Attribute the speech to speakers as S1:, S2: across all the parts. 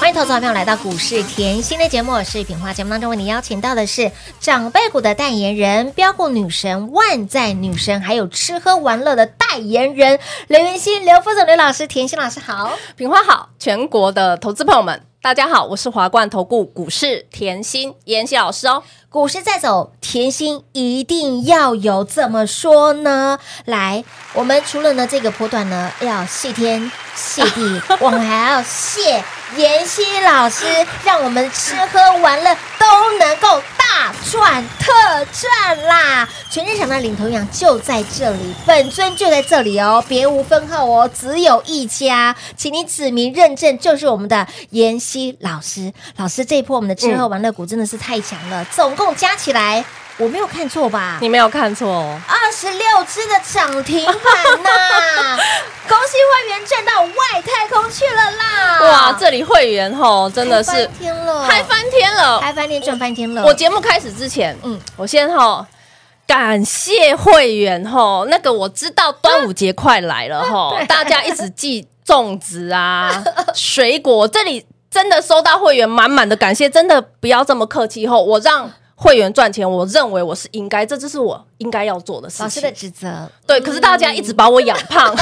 S1: 欢迎投资者朋友来到股市甜心的节目，我是品花。节目当中为你邀请到的是长辈股的代言人、标股女神、万载女神，还有吃喝玩乐的代言人刘元熙、刘副总、刘老师、甜心老师好。
S2: 品花好，全国的投资朋友们，大家好，我是华冠投顾股市甜心妍希老师哦。
S1: 股市在走，甜心一定要有。怎么说呢？来，我们除了呢这个波段呢要谢天谢地，我们还要谢妍希老师，让我们吃喝玩乐都能够大赚特赚啦！全市场的领头羊就在这里，本尊就在这里哦，别无分号哦，只有一家，请你指名认证，就是我们的妍希老师。老师，这一波我们的吃喝
S2: 嗯
S1: 玩乐股真的是太强了，总共加起来。我没有看错吧？
S2: 你没有看错哦，
S1: 二十六只的涨停板 呐、恭喜会员赚到外太空去了啦！
S2: 哇，这里会员吼真
S1: 嗨
S2: 的是
S1: 翻天了，
S2: 嗨翻天了！
S1: 嗨翻天赚翻天了！
S2: 我节目开始之前，
S1: 嗯
S2: 嗯，我先吼。感谢会员吼，那个我知道端午节快来了吼，大家一直寄粽子啊、水果，这里真的收到会员满满的感谢，真的不要这么客气吼，我让会员赚钱，我认为我是应该，这就是我应该要做的事情。
S1: 老师的指责，
S2: 对，可是大家一直把我养胖，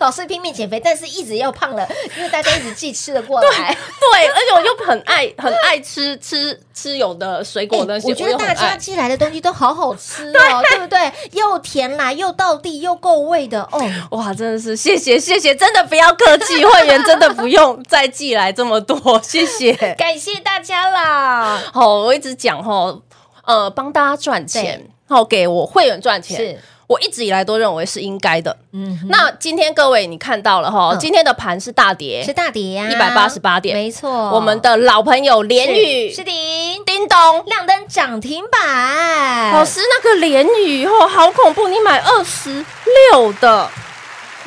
S1: 老师拼命减肥，但是一直又胖了，因为大家一直寄吃的过来。
S2: 对， 而且我又很爱很爱吃吃吃有的水果的
S1: 哎
S2: 东西，
S1: 我觉得
S2: 又很
S1: 大家
S2: 爱。
S1: 寄来的东西都好好吃哦，对不对？又甜啦，又到地，又够味的哦。
S2: 哇，真的是谢谢谢谢，真的不要客气，会员真的 不用再寄来这么多，谢谢。
S1: 感谢大家啦！
S2: 好，我一直讲吼，呃，帮大家赚钱，好给我会员赚钱
S1: 是，
S2: 我一直以来都认为是应该的。
S1: 嗯哼，
S2: 那今天各位你看到了哈，
S1: 嗯
S2: 今天的盘是大跌，
S1: 是大跌呀，
S2: 188点
S1: 没错。
S2: 我们的老朋友
S1: 是
S2: 连宇
S1: 是的，
S2: 叮咚。
S1: 亮灯涨停板，
S2: 老师，那个连雨哦，好恐怖！你买二十六的，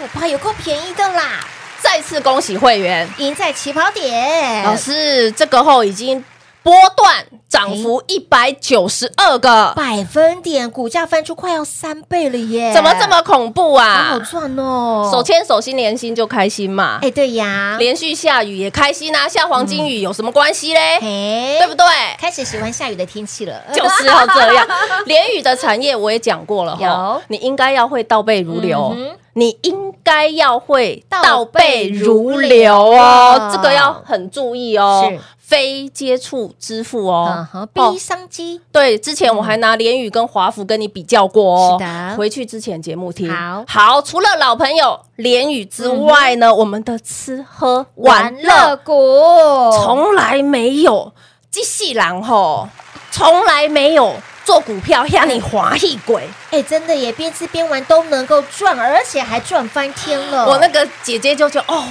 S1: 我怕有够便宜的啦，
S2: 再次恭喜会员。
S1: 赢在起跑点。
S2: 老师，这个后已经波段涨幅
S1: 哎
S2: 一百九十二个，
S1: 百分点股价翻出快要三倍了耶，
S2: 怎么这么恐怖
S1: 好哎好
S2: 啊？
S1: 赚哦？
S2: 手牵手心连心就开心嘛，
S1: 哎，对呀，嗯
S2: 连续下雨也开心啊，下黄金雨有什么关系嘞？
S1: 哎
S2: 对 不？对？
S1: 开始喜欢下雨的天气了，
S2: 就是要 这样。连雨的产业我也讲过了
S1: 有
S2: 哈，你应该要会倒背如流，
S1: 嗯哼
S2: 你应该要会
S1: 倒
S2: 倒
S1: 背
S2: 背
S1: 如
S2: 如
S1: 流
S2: 流
S1: 啊
S2: 哦，这个要很注意哦
S1: 是，
S2: 非接触支付
S1: 嗯
S2: 哦
S1: 哼，。
S2: 哦
S1: 逼商机
S2: 对，之前我还拿联宇跟华府跟你比较过哦。
S1: 嗯是的
S2: 回去之前节目听。
S1: 好
S2: 除了老朋友联宇之外呢，我们的吃喝玩乐
S1: 股
S2: 从来没有机器人吼，从来没有做股票让你滑一鬼。
S1: 哎，真的耶，边吃边玩都能够赚，而且还赚翻天了。
S2: 我那个姐姐就觉得哦。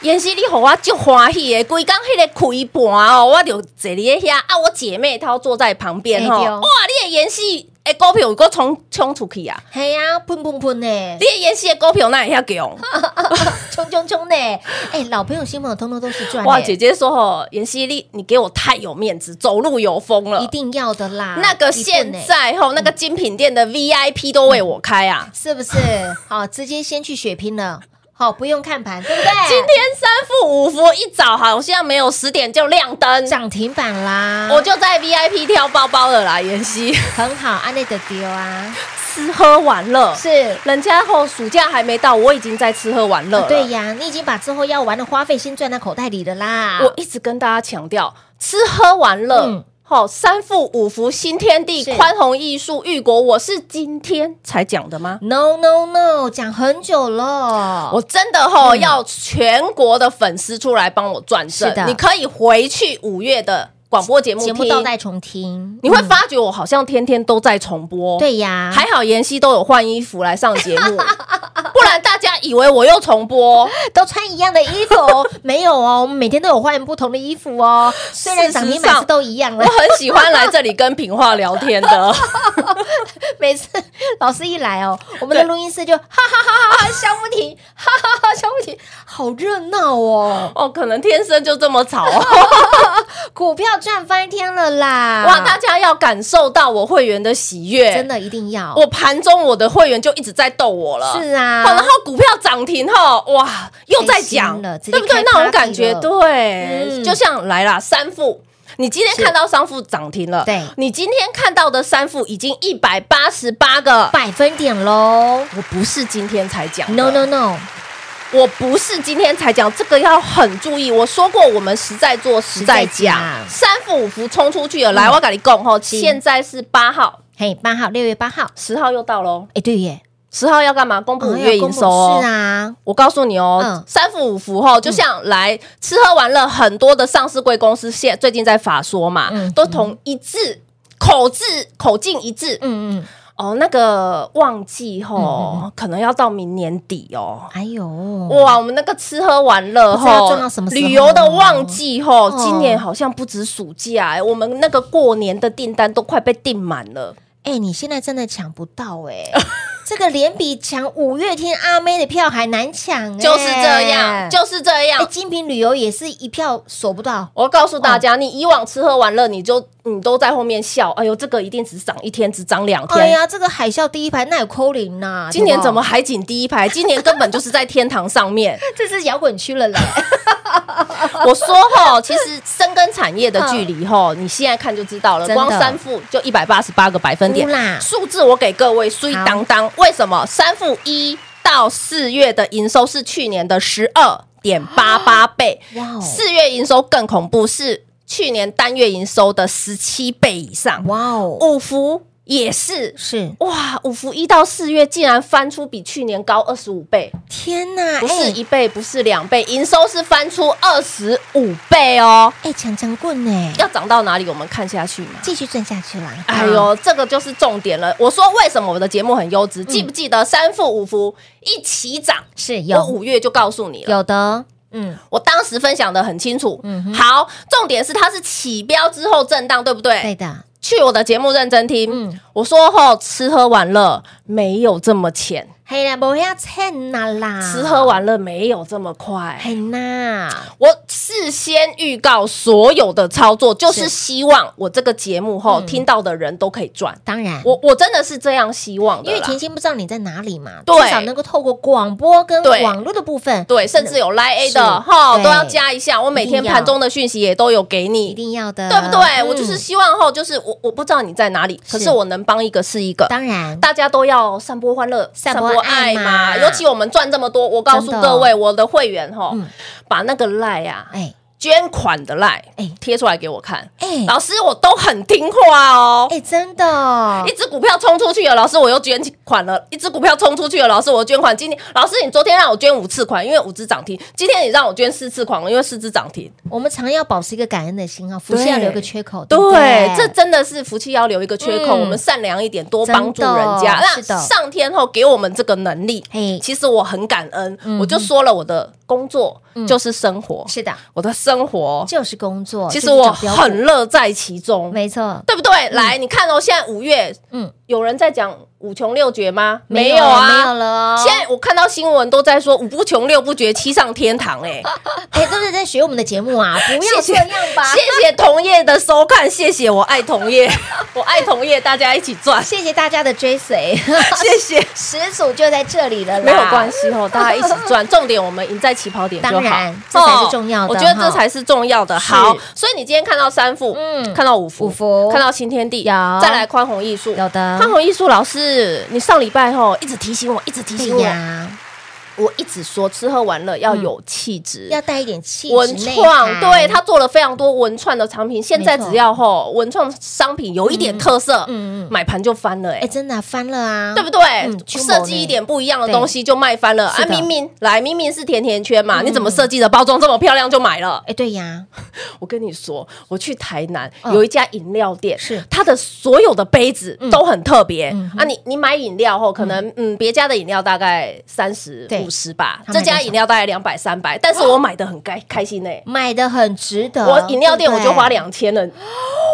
S2: 妍希，你给我就欢喜的，规工迄个开盘哦，我就坐伫咧遐啊，我姐妹她坐在旁边吼，
S1: 哎对
S2: 哇，你的妍希的股票有够冲冲出去啊，
S1: 嘿呀，砰砰砰呢
S2: 你，的妍希的股票那也遐强，
S1: 冲冲冲 呢！哎，老朋友、新朋友通通都是赚耶。
S2: 哇，姐姐说吼，妍希你你给我太有面子，走路有风了
S1: 一，定要的啦。
S2: 那个
S1: 一定
S2: 现
S1: 欸
S2: 在吼，那个精品店的 VIP 都为我开啊，
S1: 是不 是？好，直接先去血拼了。好，不用看盘，对不对？
S2: 今天三副五副一早好像没有十点就亮灯，
S1: 涨停板啦，
S2: 我就在 VIP 挑包包了啦，妍希
S1: 很好，安内的丢啊，
S2: 吃喝玩乐
S1: 是。
S2: 人家后暑假还没到，我已经在吃喝玩乐了、
S1: 啊对呀，你已经把之后要玩的花费先赚到口袋里的啦。
S2: 我一直跟大家强调，吃喝玩乐。
S1: 啊嗯
S2: 好，三富五福、新天地、
S1: 是
S2: 宽宏艺术、玉国，我是今天才讲的吗？
S1: No No No，讲很久了。
S2: 我真的吼、要全国的粉丝出来帮我转
S1: 嗯
S2: 正
S1: 是的，
S2: 你可以回去五月的广播节目
S1: 节目
S2: 听，
S1: 倒带重听，
S2: 你会
S1: 嗯
S2: 发觉我嗯好像天天都在重播。
S1: 对呀，啊
S2: 还好妍希都有换衣服来上节目，不然大家以为我又重播。
S1: 都穿一样的衣服 哦，没有哦，我们每天都有换不同的衣服哦。虽然涨停
S2: 事实
S1: 板
S2: 上
S1: 是都一样
S2: 我
S1: 了，
S2: 很喜欢来这里跟平话聊 天的，
S1: 每次老师一来哦，我们的
S2: 对
S1: 录音室就哈哈哈哈哈笑不停，哈哈哈笑不停，好热闹哦，
S2: 哦，可能天生就这么吵。
S1: 股票赚翻天了啦！
S2: 哇，大家要感受到我会员的喜悦，
S1: 啊真。的一定要
S2: 我盘中我的会员就一直在逗我了，
S1: 是啊
S2: 好，然后股票涨停后，哇，又在讲
S1: 开心了直接
S2: 对不对
S1: 开？
S2: 那种
S1: party
S2: 感觉，
S1: 了
S2: 对，
S1: 嗯
S2: 就像来啦，三副。你今天看到三副涨停了，
S1: 对
S2: 你今天看到的三副已经一百八十八个，
S1: 百分点喽
S2: 我不是今天才讲的
S1: ！No No No，
S2: 我不是今天才讲，这个要很注意。我说过，我们实在做实在
S1: 实在
S2: 讲
S1: 讲，嗯
S2: 三伏五伏冲出去了。来，我跟你讲吼，现在是八号，
S1: 嘿，八号六月八号，
S2: 十号又到喽。
S1: 哎，对耶，
S2: 十号要干嘛？公布五月营收哦。
S1: 是啊，
S2: 我告诉你哦
S1: 嗯，
S2: 三伏五伏吼，就像来吃喝玩乐很多的上市贵公司，现最近在法说嘛
S1: 嗯，
S2: 都同一致口字口径一致。
S1: 嗯嗯，
S2: 哦，那个旺季
S1: 嗯
S2: 吼，可能要到明年底哦。
S1: 哎呦，哇，
S2: 哇，我们那个吃喝玩乐
S1: 不知道
S2: 吼
S1: 赚到什么，时候啊
S2: 旅游的旺季吼
S1: 哦，
S2: 今年好像不止暑假、哎我们那个过年的订单都快被订满了。
S1: 哎，你现在真的抢不到 哎，这个连比抢五月天阿妹的票还难抢，哎
S2: 就是这样，就是这样。
S1: 哎，精品旅游也是一票锁不到，
S2: 我告诉大
S1: 哦
S2: 家，你以往吃喝玩乐，你就你都在后面笑，哎呦，这个一定只涨一天，只涨两
S1: 哎
S2: 天。
S1: 呀，这个海啸第一排那有扣零呐，
S2: 今年
S1: 对不
S2: 怎么海景第一排？今年根本就是在天堂 上面。
S1: 这是摇滚区了 嘞？
S2: 我说吼，其实深耕产业的距离 吼，你现在看就知道了。
S1: 真的
S2: 光三副就一百八十八个百分点
S1: 呼啦，
S2: 数字我给各位虽
S1: 好
S2: 当当。为什么三副一到四月的营收是去年的十二点八八倍
S1: 哇哦，
S2: 四月营收更恐怖，是去年单月营收的十七倍以上。
S1: 哇哦，
S2: 五福也是。
S1: 是
S2: 哇，五福一到四月竟然翻出比去年高二十五倍，
S1: 天呐，
S2: 不是
S1: 哎
S2: 一倍，不是两倍，营收是翻出二十五倍哦。
S1: 哎，强强棍呢，
S2: 要涨到哪里，我们看下去嘛。
S1: 继续赚下去啦！
S2: 哎呦，这个就是重点了。我说为什么我的节目很优质？记不记得三副五福一起涨？
S1: 是
S2: 我
S1: 有
S2: 哦五月就告诉你了，
S1: 有的，嗯，
S2: 我当时分享的很清楚。好，重点是它是起标之后震荡，对不对？
S1: 对的，
S2: 去我的节目认真听。
S1: 嗯
S2: 我说后吃喝玩乐没有这么浅，
S1: 嘿啦，不要蹭啦啊啦，
S2: 吃喝玩乐没有这么快。
S1: 嘿呐，
S2: 我事先预告所有的操作，就是
S1: 是
S2: 希望我这个节目后、
S1: 嗯
S2: 听到的人都可以赚。
S1: 当然，
S2: 我我真的是这样希望的
S1: 因
S2: 啦，
S1: 为甜心不知道你在哪里嘛，
S2: 对
S1: 至少能够透过广播跟
S2: 对
S1: 网络的部分，
S2: 对，甚至有 Line A 的
S1: 是
S2: 哈
S1: 对
S2: 都要加一下，我每
S1: 一定
S2: 天
S1: 要
S2: 盘中的讯息也都有给
S1: 一
S2: 你。
S1: 定要的，
S2: 对不对？
S1: 嗯
S2: 我就是希望后，就是我我不知道你在哪里，可
S1: 是
S2: 是我能帮一个是一个。
S1: 当然，
S2: 大家都要散播欢乐，
S1: 散播爱嘛
S2: 尤其我们赚这么多，我告诉
S1: 真的
S2: 各位，我的会员吼，
S1: 嗯
S2: 把那个赖啊，
S1: 哎
S2: 捐款的赖，
S1: 哎
S2: 贴出来给我看。
S1: 哎
S2: 老师，我都很听话哦。
S1: 哎，真的
S2: 一，只股票冲出去了，老师我又捐款了；一只股票冲出去了，老师我又捐款。今天老师你昨天让我捐五次款，因为五只涨停；今天你让我捐四次款，因为四只涨停。
S1: 我们常要保持一个感恩的心哦，福气
S2: 对
S1: 要留个缺口，
S2: 对
S1: 不
S2: 这真的是福气要留一个缺口，
S1: 嗯
S2: 我们善良一点，多帮助
S1: 真的
S2: 人家。
S1: 是
S2: 那
S1: 的
S2: 上天后给我们这个能力，
S1: 嘿
S2: 其实我很感恩。
S1: 嗯
S2: 我就说了，我的工作就是生活，
S1: 是的，
S2: 我的生活，
S1: 就是工作，
S2: 其实
S1: 就是
S2: 我
S1: 找标股
S2: 很乐在其中。
S1: 没错，
S2: 对不对？来，你看哦，现在五月，
S1: 嗯
S2: 嗯，有人在讲五穷六绝吗？啊
S1: 没有了哦，
S2: 现在我看到新闻都在说五不穷六不绝，七上天堂、欸。
S1: 哎，都是在学我们的节目啊，不要
S2: 谢
S1: 这
S2: 谢
S1: 样吧。
S2: 谢谢同业的收看，谢谢我爱同 业，我爱同业，大家一起 赚，
S1: 谢谢大家的追随，
S2: 谢谢。
S1: 始祖就在这里了啦。
S2: 没有关，系哦，大家一起赚。重点我们赢在起跑点就好，
S1: 当然这才是重要的
S2: 哦我觉得
S1: 哈
S2: 这才是重要的。好，所以你今天看到三幅，
S1: 嗯
S2: 嗯，看到五幅，
S1: 五福
S2: 看到新天地，
S1: 有
S2: 再来宽宏艺术，
S1: 有的
S2: 宽宏艺术老师，你上礼拜吼一直提醒我，一直提醒
S1: 对
S2: 我，
S1: 呀，
S2: 我一直说吃喝玩乐要有气质，
S1: 要带一点气质
S2: 文
S1: 内
S2: 创，
S1: 涵
S2: 对他做了非常多文创的产品。现在
S1: 没错
S2: 只要吼文创商品有一点特色，
S1: 嗯嗯
S2: 买盘就翻了，
S1: 哎，
S2: 哎，
S1: 真的啊翻了啊，
S2: 对不对
S1: 嗯？驱魔
S2: 设计一点不一样的东西就卖翻了
S1: 是
S2: 啊！
S1: 的嗯
S2: 明明来明明是甜甜圈嘛，你怎么设计的包装这么漂亮就买了？
S1: 哎，对呀，
S2: 我跟你说，我去台南
S1: 嗯
S2: 有一家饮料店，
S1: 是
S2: 它的所有的杯子都很特别
S1: 嗯哼
S2: 啊！你你买饮料后，可能嗯别家的饮料大概三十
S1: 对
S2: 五十吧，
S1: 他买
S2: 这
S1: 多
S2: 家
S1: 少
S2: 饮料大概两百三百，但是我买的很开开心欸呢。
S1: 买的很值得。
S2: 我饮料
S1: 对
S2: 店我
S1: 呃不对嗯
S2: 就花两千了，因为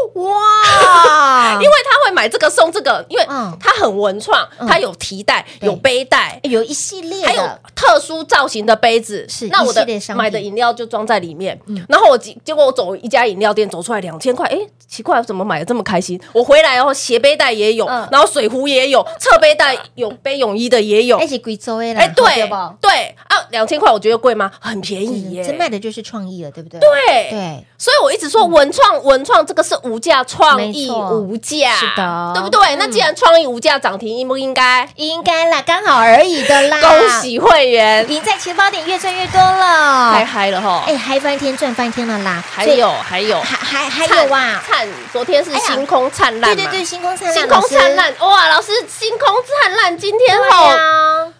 S1: 哇，因为
S2: 他会买这个送这个，因为
S1: 嗯
S2: 他很文创，
S1: 嗯
S2: 他有提袋、
S1: 对
S2: 有背带，
S1: 哎有一系列
S2: 还有
S1: 的，
S2: 特殊造型的杯子。
S1: 是
S2: 那我
S1: 一系
S2: 的
S1: 列商品嗯
S2: 买的饮料就装在里面。然后我结结果我走一家饮料店走出来两千块，哎，奇怪，我怎么买的这么开心？我回来然后斜背带也有
S1: 嗯，
S2: 然后水壶也有，侧背带有背泳衣的也有
S1: 哎，。是贵州哎啦，
S2: 哎，对
S1: 吧？
S2: 对啊，两千块我觉得贵吗？很便宜
S1: 嗯
S2: 耶，
S1: 这卖的就是创意了，对不对？
S2: 对
S1: 对，
S2: 所以我一直说文创，文创这个是无价
S1: 嗯
S2: 创
S1: 没
S2: 意，
S1: 错
S2: 无价，
S1: 是的嗯啊
S2: 对不对？那既然创意无价涨停，应不应该？
S1: 应该啦，刚好而已的啦。
S2: 恭喜会员，
S1: 赢在起跑点越赚越多了，
S2: 太嗨了哈！
S1: 哎嗨翻天赚翻天了啦！
S2: 还
S1: 所以
S2: 有还有，
S1: 还还还有啊，
S2: 灿昨天是
S1: 哎呀
S2: 星空灿烂
S1: 对
S2: 嘛，
S1: 对对，星空灿烂，
S2: 星空灿
S1: 老师，
S2: 烂，哇，老师星空灿烂，今天
S1: 对
S2: 哦
S1: 呀，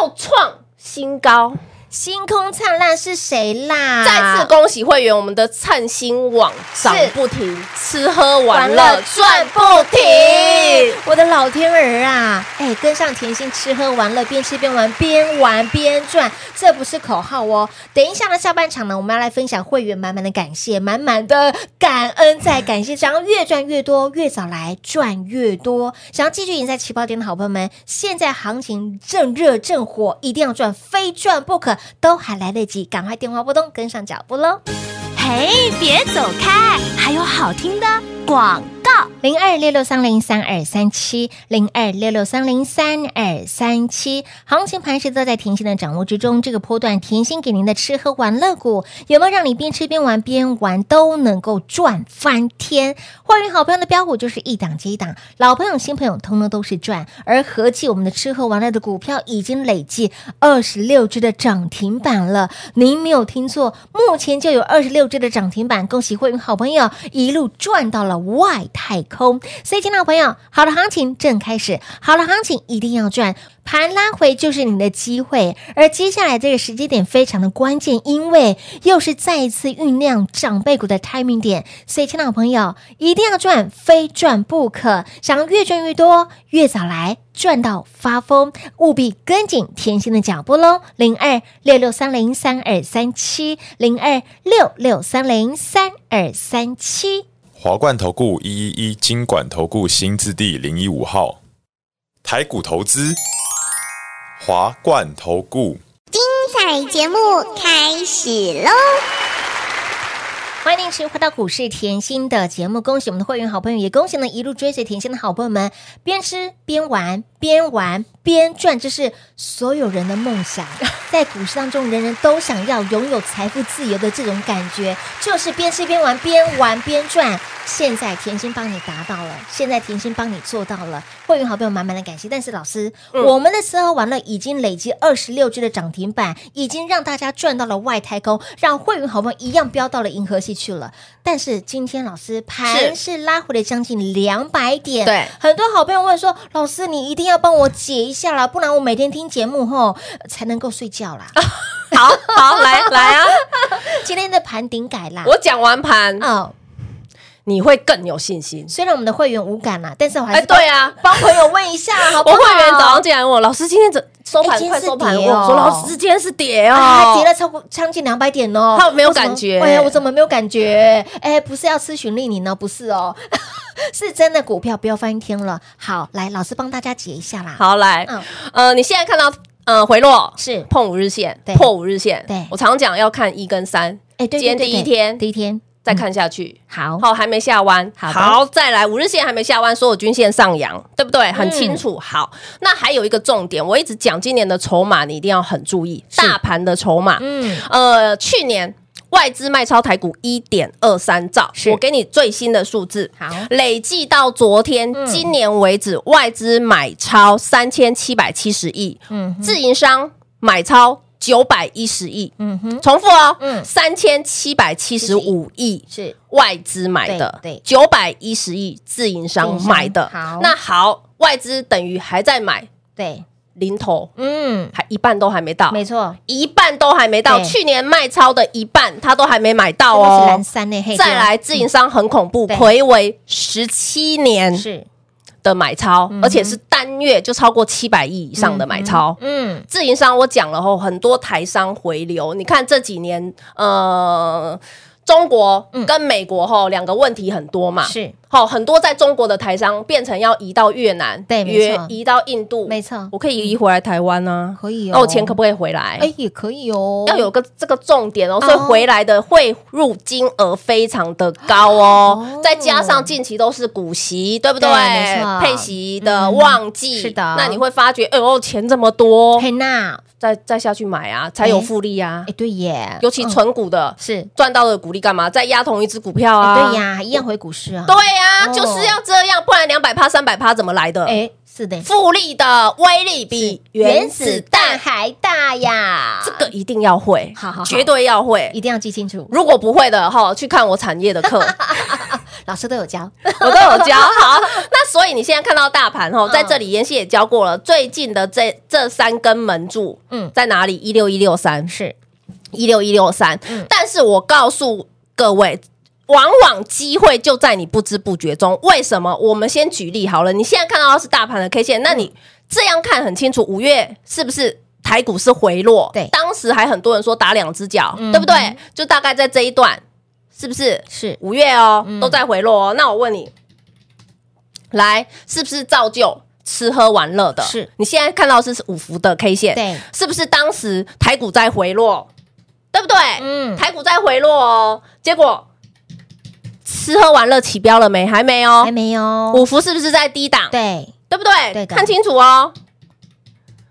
S2: 又创新高，
S1: 星空灿烂是谁啦？
S2: 再次恭喜会员，我们的灿星网涨
S1: 是
S2: 不停，吃喝玩
S1: 玩
S2: 乐
S1: 乐
S2: 赚不停
S1: 停。！我的老天儿啊！哎，跟上甜心吃喝玩乐，边吃边玩，边玩边赚，这不是口号哦。等一下呢，下半场呢，我们要来分享会员满满的感谢，满满的感恩，在感谢上越赚越多，越早来赚越多。想要继续赢在起跑点的好朋友们，现在行情正热正火，一定要赚，非赚不可，都还来得及，赶快电话拨通，跟上脚步喽！
S3: 嘿，别走开，还有好听的广告。
S1: 零二六六三零三二三七，零二六六三零三二三七，行情盘势都在甜心的掌握之中。这个波段，甜心给您的吃喝玩乐股，有没有让你边吃边玩边玩都能够赚翻天？欢迎好朋友的标股就是一档接一档，老朋友、新朋友通通都是赚。而合计我们的吃喝玩乐的股票已经累计二十六只的涨停板了，您没有听错，目前就有二十六只的涨停板，恭喜会员好朋友一路赚到了外太空。所以，亲爱的朋友，好的行情正开始，好的行情一定要赚，盘拉回就是你的机会。而接下来这个时间点非常的关键，因为又是再一次酝酿长辈股的 timing 点，所以，亲爱的朋友，一定要赚，非赚不可。想要越赚越多，越早来。赚到发疯，务必跟紧甜心的脚步喽！零二六六三零三二三七，零二六六三零三二三七。
S4: 华冠投顾一一一金管投顾新字第零一五号，台股投资，华冠投顾。
S5: 彩节目开始喽！
S1: 欢迎您持续回到股市甜心的节目，恭喜我们的会员好朋友，也恭喜呢一路追随甜心的好朋友们，边吃边玩，边玩边赚，这是所有人的梦想，在股市当中，人人都想要拥有财富自由的这种感觉，就是边吃边玩，边玩边赚。现在甜心帮你达到了，现在甜心帮你做到了，会员好朋友满满的感谢。但是老师，
S2: 嗯
S1: 我们的吃喝玩乐已经累积二十六只的涨停板，已经让大家赚到了外太空，让会员好朋友一样飙到了银河系去了。但是今天老师盘是拉回了将近两百点，
S2: 对
S1: 很多好朋友问说，老师你一定要帮我解一下啦，不然我每天听节目后才能够睡觉啦。
S2: 啊好好来来啊！
S1: 今天的盘顶改啦，
S2: 我讲 完盘，
S1: 哦，
S2: 你会更有信心。
S1: 虽然我们的会员无感啦，但是我还
S2: 哎，
S1: 是帮
S2: 对啊，
S1: 帮朋友问一下，好不
S2: 我
S1: 好？
S2: 会员早上进来问我，老师今天怎收
S1: 哎
S2: 盘
S1: 今天
S2: 快
S1: 是
S2: 收盘？我
S1: 跌哦
S2: 说老师今天是跌
S1: 啊，
S2: 哦，
S1: 跌了超过将近两百点哦，
S2: 他没有
S1: 我怎么
S2: 感觉
S1: 哎呀，我怎么没有感觉？哎，不是要吃循利宁呢，不是哦， 是真的股票飙翻天了。好，来，老师帮大家解一下啦。，
S2: 好来，
S1: 嗯，
S2: 呃，你现在看到呃回落
S1: 是，
S2: 碰五日线
S1: 对，
S2: 破五日线，
S1: 对
S2: 我常讲要看一跟三，
S1: 哎，对，对
S2: 今天
S1: 对
S2: 第
S1: 对
S2: 一天
S1: 第一天，
S2: 再
S1: 嗯，
S2: 看下去。
S1: 好，
S2: 好，还没下弯，
S1: 好的
S2: 再来五日线还没下弯，所有均线上扬，对不
S1: 嗯
S2: 对？很清楚。好，那还有一个重点，我一直讲今年的筹码，你一定要很注意大盘的筹码。
S1: 嗯，
S2: 呃，去年外资卖超台股一点二三兆，
S1: 是
S2: 我给你最新的数字。
S1: 好，
S2: 累计到昨天，
S1: 嗯
S2: 今年为止，外资买超三千七百七十亿，
S1: 嗯哼，
S2: 自营商买超九百一十亿，
S1: 嗯哼，
S2: 重复哦，
S1: 嗯
S2: 三千七百七十五亿
S1: 是
S2: 外资买的，
S1: 对对
S2: 九百一十亿自营商买的。
S1: 自营商好
S2: 那好，外资等于还在买
S1: 对，
S2: 零头，
S1: 嗯，
S2: 还一半都还没到，
S1: 没错，
S2: 一半都还没到，
S1: 对
S2: 去年卖超的一半他都还没买到
S1: 真的是
S2: 哦
S1: 蓝。山呢，嘿，
S2: 再来，自营商很恐怖，
S1: 对
S2: 回为十七年
S1: 是，
S2: 的买超
S1: 嗯哼，
S2: 而且是单月就超过七百亿以上的买超。
S1: 嗯，
S2: 自营商我讲了后，很多台商回流。你看这几年，呃，中国跟美国吼两个问题很多嘛，
S1: 是
S2: 好很多在中国的台商变成要移到越南，
S1: 对没
S2: 越
S1: 错
S2: 移到印度，
S1: 没错
S2: 我可以移回来台湾啊，
S1: 可以哦
S2: 那我钱可不可以回来？
S1: 哎，也可以哦，
S2: 要有个这个重点哦，所以回来的汇入金额非常的高
S1: 哦
S2: 哦，再加上近期都是股息，对不对
S1: 对没错？
S2: 配息的
S1: 嗯
S2: 旺季，
S1: 是的
S2: 那你会发觉，哎呦，钱这么多，
S1: 嘿娜，
S2: 再再下去买啊，才有复利啊
S1: 哎，。对耶，
S2: 尤其
S1: 嗯
S2: 存股的，
S1: 是，
S2: 赚到的股利干嘛？再压同一只股票
S1: 哎
S2: 啊？
S1: 对，呀，一样回股市啊，
S2: 对呀，
S1: 哦
S2: 就是要这样，不然两百趴、三百趴怎么来的？
S1: 哎，是的，
S2: 复利的威力比原子弹，
S1: 还大呀，
S2: 这个一定要会
S1: 好好好，
S2: 绝对要会
S1: 一。定要记清楚，
S2: 如果不会的哈，去看我产业的课，
S1: 老师都有教，
S2: 我都有教。好，那所以你现在看到大盘哈，
S1: 嗯
S2: 在这里妍希也教过了，最近的这这三根门柱，
S1: 嗯
S2: 嗯，在哪里？一六一六三
S1: 是
S2: 一六一六三
S1: 嗯。
S2: 但是我告诉各位。往往机会就在你不知不觉中。为什么？我们先举例好了。你现在看到的是大盘的 K
S1: 嗯
S2: 线，那你这样看很清楚，五月是不是台股是回落？
S1: 对
S2: 当时还很多人说打两只脚，
S1: 嗯
S2: 对不对？就大概在这一段，是不是？
S1: 是，
S2: 五月哦
S1: 嗯，
S2: 都在回落哦。那我问你，来是不是造就吃喝玩乐的？
S1: 是
S2: 你现在看到的是五福的 K 线，
S1: 对，
S2: 是不是当时台股在回落，对不对？
S1: 嗯，
S2: 台股在回落哦，结果吃喝玩乐起标了没？还没
S1: 还
S2: 哦。
S1: 没有，
S2: 五福是不是在低档？，
S1: 对
S2: 不对？
S1: 对的
S2: 看清楚哦。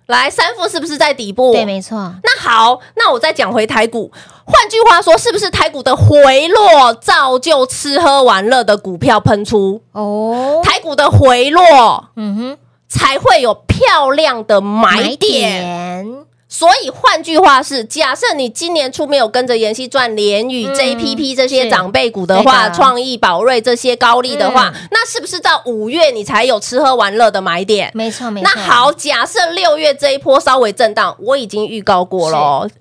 S2: 来，三副是不是在底部？
S1: 对，没错，
S2: 那好，那我再讲回台股。换句话说，是不是台股的回落造就吃喝玩乐的股票喷出？
S1: 哦，
S2: 台股的回落
S1: 嗯哼，
S2: 才会有漂亮的买点。所以换句话是，假设你今年初没有跟着妍希赚联宇、
S1: 嗯
S2: JPP 这
S1: 是
S2: 些长辈股的
S1: 对
S2: 话，
S1: 的
S2: 创意、宝瑞这些高利的话，
S1: 嗯
S2: 那是不是到五月你才有吃喝玩乐的买点？
S1: 没错没错，
S2: 那好，假设六月这一波稍微震荡，我已经预告过了哦，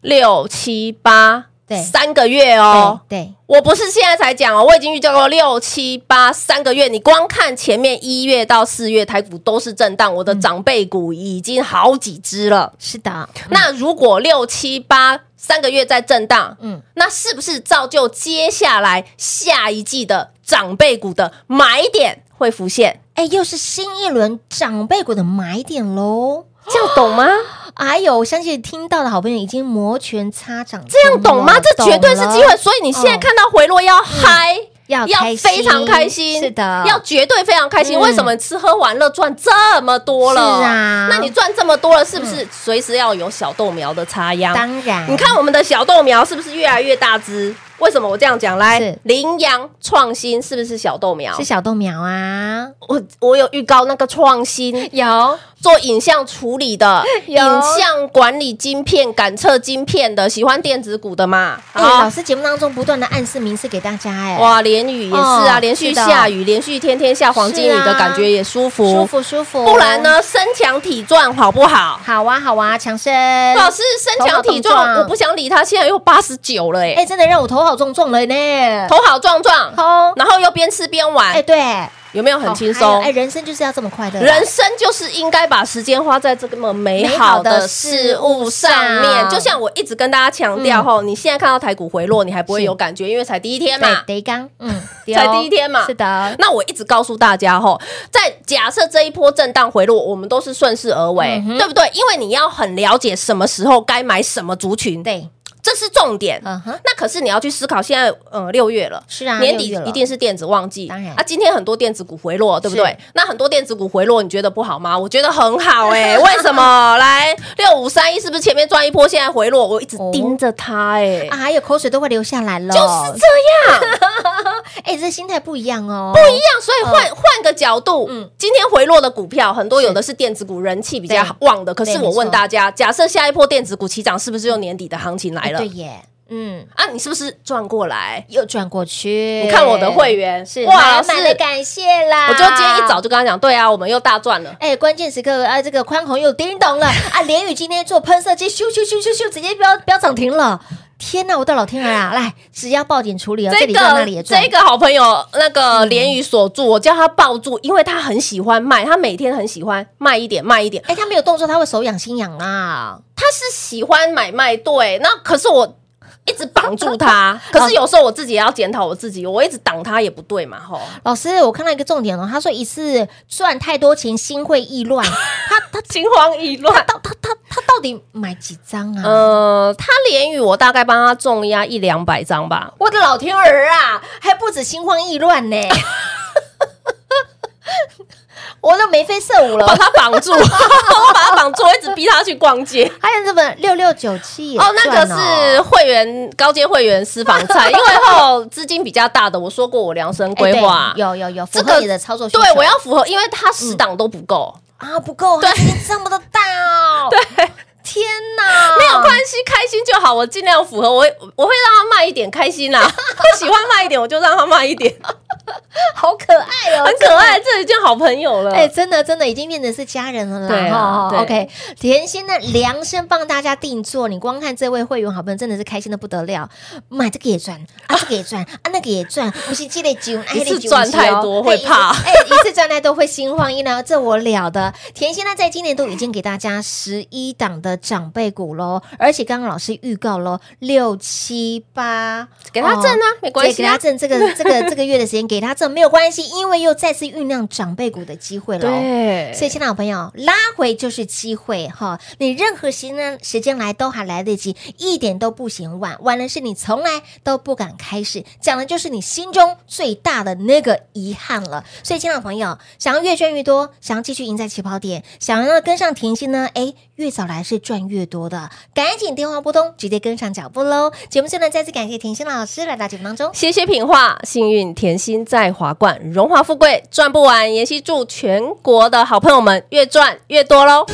S2: 六七八，
S1: 对
S2: 三个月哦
S1: 对。对，
S2: 我不是现在才讲哦，我已经预告过六七八三个月。你光看前面一月到四月台股都是震荡，我
S1: 嗯
S2: 的长辈股已经好几只了。
S1: 是的，嗯
S2: 那如果六七八三个月在震荡，
S1: 嗯
S2: 嗯，那是不是造就接下来下一季的长辈股的买点会浮现？
S1: 哎，又是新一轮长辈股的买点喽。
S2: 这样懂吗？
S1: 哎呦，我相信听到的好朋友已经摩拳擦掌，
S2: 这样懂吗？
S1: 了
S2: 这绝对是机
S1: 懂
S2: 会，
S1: 了嗯
S2: 所以你现在看到回落要嗨、
S1: 要
S2: 要
S1: 开
S2: 非常
S1: 心
S2: 开心，
S1: 是的，
S2: 要绝对非常开心。
S1: 嗯
S2: 为什么吃喝玩乐赚这么多了？
S1: 是啊嗯
S2: 那你赚这么多了，是不是随时要有小豆苗的插秧？
S1: 当然，
S2: 你看我们的小豆苗是不是越来越大只？为什么我这样讲？来
S1: 是，
S2: 羚羊创新是不是小豆苗
S1: 是？小豆苗啊，哎
S2: 我我有预告那个创新
S1: 有
S2: 做影像处理的、
S1: 有
S2: 影像管理晶片、感测晶片的，喜欢电子股的嘛？
S1: 哎、
S2: 好
S1: 老师节目当中不断的暗示、明示给大家、哎，哇，
S2: 哇，连雨也是
S1: 哦
S2: 啊，连续
S1: 是的
S2: 下雨，连续天天下黄金雨
S1: 是啊
S2: 的感觉也舒
S1: 舒
S2: 服。
S1: 服舒服。
S2: 不然？呢，身强体壮好不好？
S1: 好啊，好啊，强生
S2: 老
S1: 老，
S2: 师身强体
S1: 头好壮啊
S2: 壮，我不想理他，现在又八十九了
S1: 哎、
S2: 哎，
S1: 真的让我头好重重了呢。
S2: 头好壮壮，
S1: 头，
S2: 然后又边吃边
S1: 哎、
S2: 玩，
S1: 对，
S2: 有没有很
S1: 好
S2: 轻
S1: 嗨哦哎、
S2: 松？
S1: 人生就是要这么快乐啊，
S2: 人生就是应该把时间花在这么美好的事物上
S1: 美好的事物上嗯
S2: 面。就像我一直跟大家强调吼，你现在看到台股回落，你还不会
S1: 是
S2: 有感觉，因为才第一天嘛
S1: 对，。得刚， 嗯，对
S2: 才
S1: 哦
S2: 第一天嘛
S1: 是的，
S2: 那我一直告诉大家吼，在假设这一波震荡回落，我们都是顺势而为
S1: 嗯，哼
S2: 对不对？因为你要很了解什么时候该买什么族群，
S1: 对，
S2: 这是重点。
S1: 嗯哼，
S2: 那可是你要去思考，现在呃六月了，
S1: 是啊
S2: 年底
S1: 六月了
S2: 一定是电子旺季，
S1: 当然
S2: 啊，今天很多电子股回落，对不对
S1: 是？
S2: 那很多电子股回落，你觉得不好吗？我觉得很 好哎、为什么？来六五三一是不是前面赚一波，现在回落，我一直盯着它
S1: 哦
S2: 哎、
S1: 啊，还有口水都快流下来了，
S2: 就是这样，
S1: 哎、这心态不一样哦，不一
S2: 这样，所以换换个角度，
S1: 嗯
S2: 今天回落的股票很多，
S1: 是
S2: 有的是电子股人气比较旺的。可是我问大家，假设下一波电子股起涨，是不是又年底的行情来
S1: 哎
S2: 了
S1: 对？耶，嗯，
S2: 啊，你是不是转过来？
S1: 又转过去，
S2: 你看我的会员
S1: 是
S2: 哇，
S1: 哇，
S2: 老师，
S1: 满的感谢啦，
S2: 我就今天一早。就跟他讲，对啊，我们又大赚了。
S1: 哎，关键时刻啊，这个宽宏又叮咚了 啊！连宇今天做喷射机，咻咻咻咻咻，直接飙飙涨停了！天哪，我的老天儿 啊！来，只要报警处理哦，这里赚那里也
S2: 个
S1: 赚，嗯
S2: 这个好朋友那个连宇锁住，我叫他抱住，因为他很喜欢卖，他每天很喜欢卖一点卖一点，
S1: 哎，他没有动作，他会手痒心痒啊！
S2: 他是喜欢买卖对，那可是我一直绑 住他，可是有时候我自己也要检讨我自己，我一直挡他也不对嘛，吼。
S1: 老师，我看到一个重点哦，他说一次赚太多钱，心会意 乱。他 他
S2: 心慌意乱。
S1: 到他他他到底买几张啊？
S2: 呃，他连雨我大概帮他重压一两百张吧，
S1: 我的老天儿啊，还不止心慌意乱呢！我都眉飞色舞
S2: 把
S1: 了。
S2: 他绑 住，我把他绑住，我一直逼他去逛街。
S1: 还有这本六六九七 也哎
S2: 哦，那个
S1: 赚
S2: 是会员高阶会员私房 菜，因为后资金比较大的，我说过我量身
S1: 哎
S2: 规划
S1: 对，有有有符
S2: 这
S1: 合
S2: 个
S1: 你的操作需求。
S2: 对我要符合，因为他十档都不够，
S1: 啊不够，对，这么的大哦。 对，天哪，
S2: 没有关系，开心就好，我尽量符合，我会我会让他卖一点，开心啦， 他喜欢卖一点，我就让他卖一点，
S1: 好可爱哦，
S2: 很可爱，这已经好朋友了。
S1: 哎、真的真的已经变成是家人了啦。
S2: 对啊
S1: 哈
S2: 对
S1: OK，甜心呢量身帮大家定做，你光看这位会员好朋友真的是开心的不得了，买这个也赚，啊这个也赚，啊那个也赚，不是积累久，哎
S2: 一次
S1: 那久
S2: 赚太多
S1: 哦
S2: 会
S1: 哎一次
S2: 怕
S1: 哎、一次赚太多会心慌意乱，这我了的。甜心呢在今年度已经给大家十一档的长辈股喽，而且刚刚老师预告喽，六七八哦
S2: 给他挣啊没关系
S1: 对给他
S2: 啊
S1: 挣这个这个这个月的时间给他挣没有关系，因为又再次酝酿长辈股的机会了。哦
S2: 对
S1: 所以，亲爱的朋友，拉回就是机会哈！你任何时间时间来都还来得及，一点都不嫌晚。晚的是你从来都不敢开始，讲的就是你心中最大的那个遗憾了。所以，亲爱的朋友，想要越赚越多，想要继续赢在起跑点，想要跟上甜心呢，哎，越早来是赚越多的。赶紧电话拨通，直接跟上脚步喽！节目最后呢，再次感谢甜心老师来到节目当中。
S2: 谢谢品画，幸运甜心在华冠，荣华富贵赚不完。妍希祝全国的好朋友们越赚越多喽！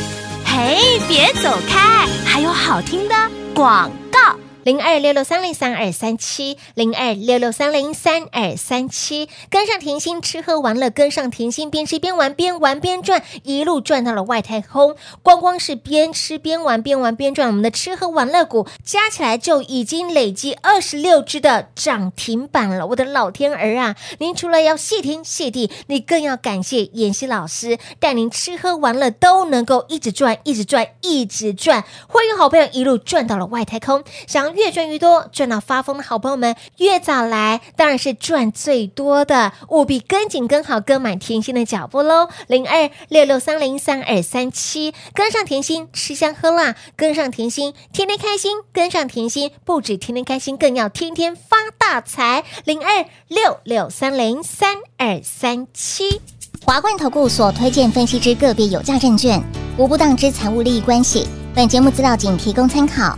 S3: 嘿，别走开，还有好听的广告。
S1: 零二六六三零三二三七，零二六六三零三二三七，跟上甜心吃喝玩乐，跟上甜心边吃边玩，边玩边赚，一路赚到了外太空。光光是边吃边玩，边玩边赚，我们的吃喝玩乐股加起来就已经累积二十六只的涨停板了。我的老天儿啊！您除了要谢天谢地，你更要感谢妍希老师带您吃喝玩乐都能够一直赚，一直赚，一直赚。欢迎好朋友一路赚到了外太空，想要越赚越多，赚到发疯的好朋友们，越早来当然是赚最多的，务必跟紧、跟好、跟满甜心的脚步喽。零二六六三零三二三七，跟上甜心，吃香喝辣，跟上甜心，天天开心，跟上甜心，不止天天开心，更要天天发大财。零二六六三零三二三七。
S5: 华冠投顾所推荐分析之个别有价证券，无不当之财务利益关系。本节目资料仅提供参考，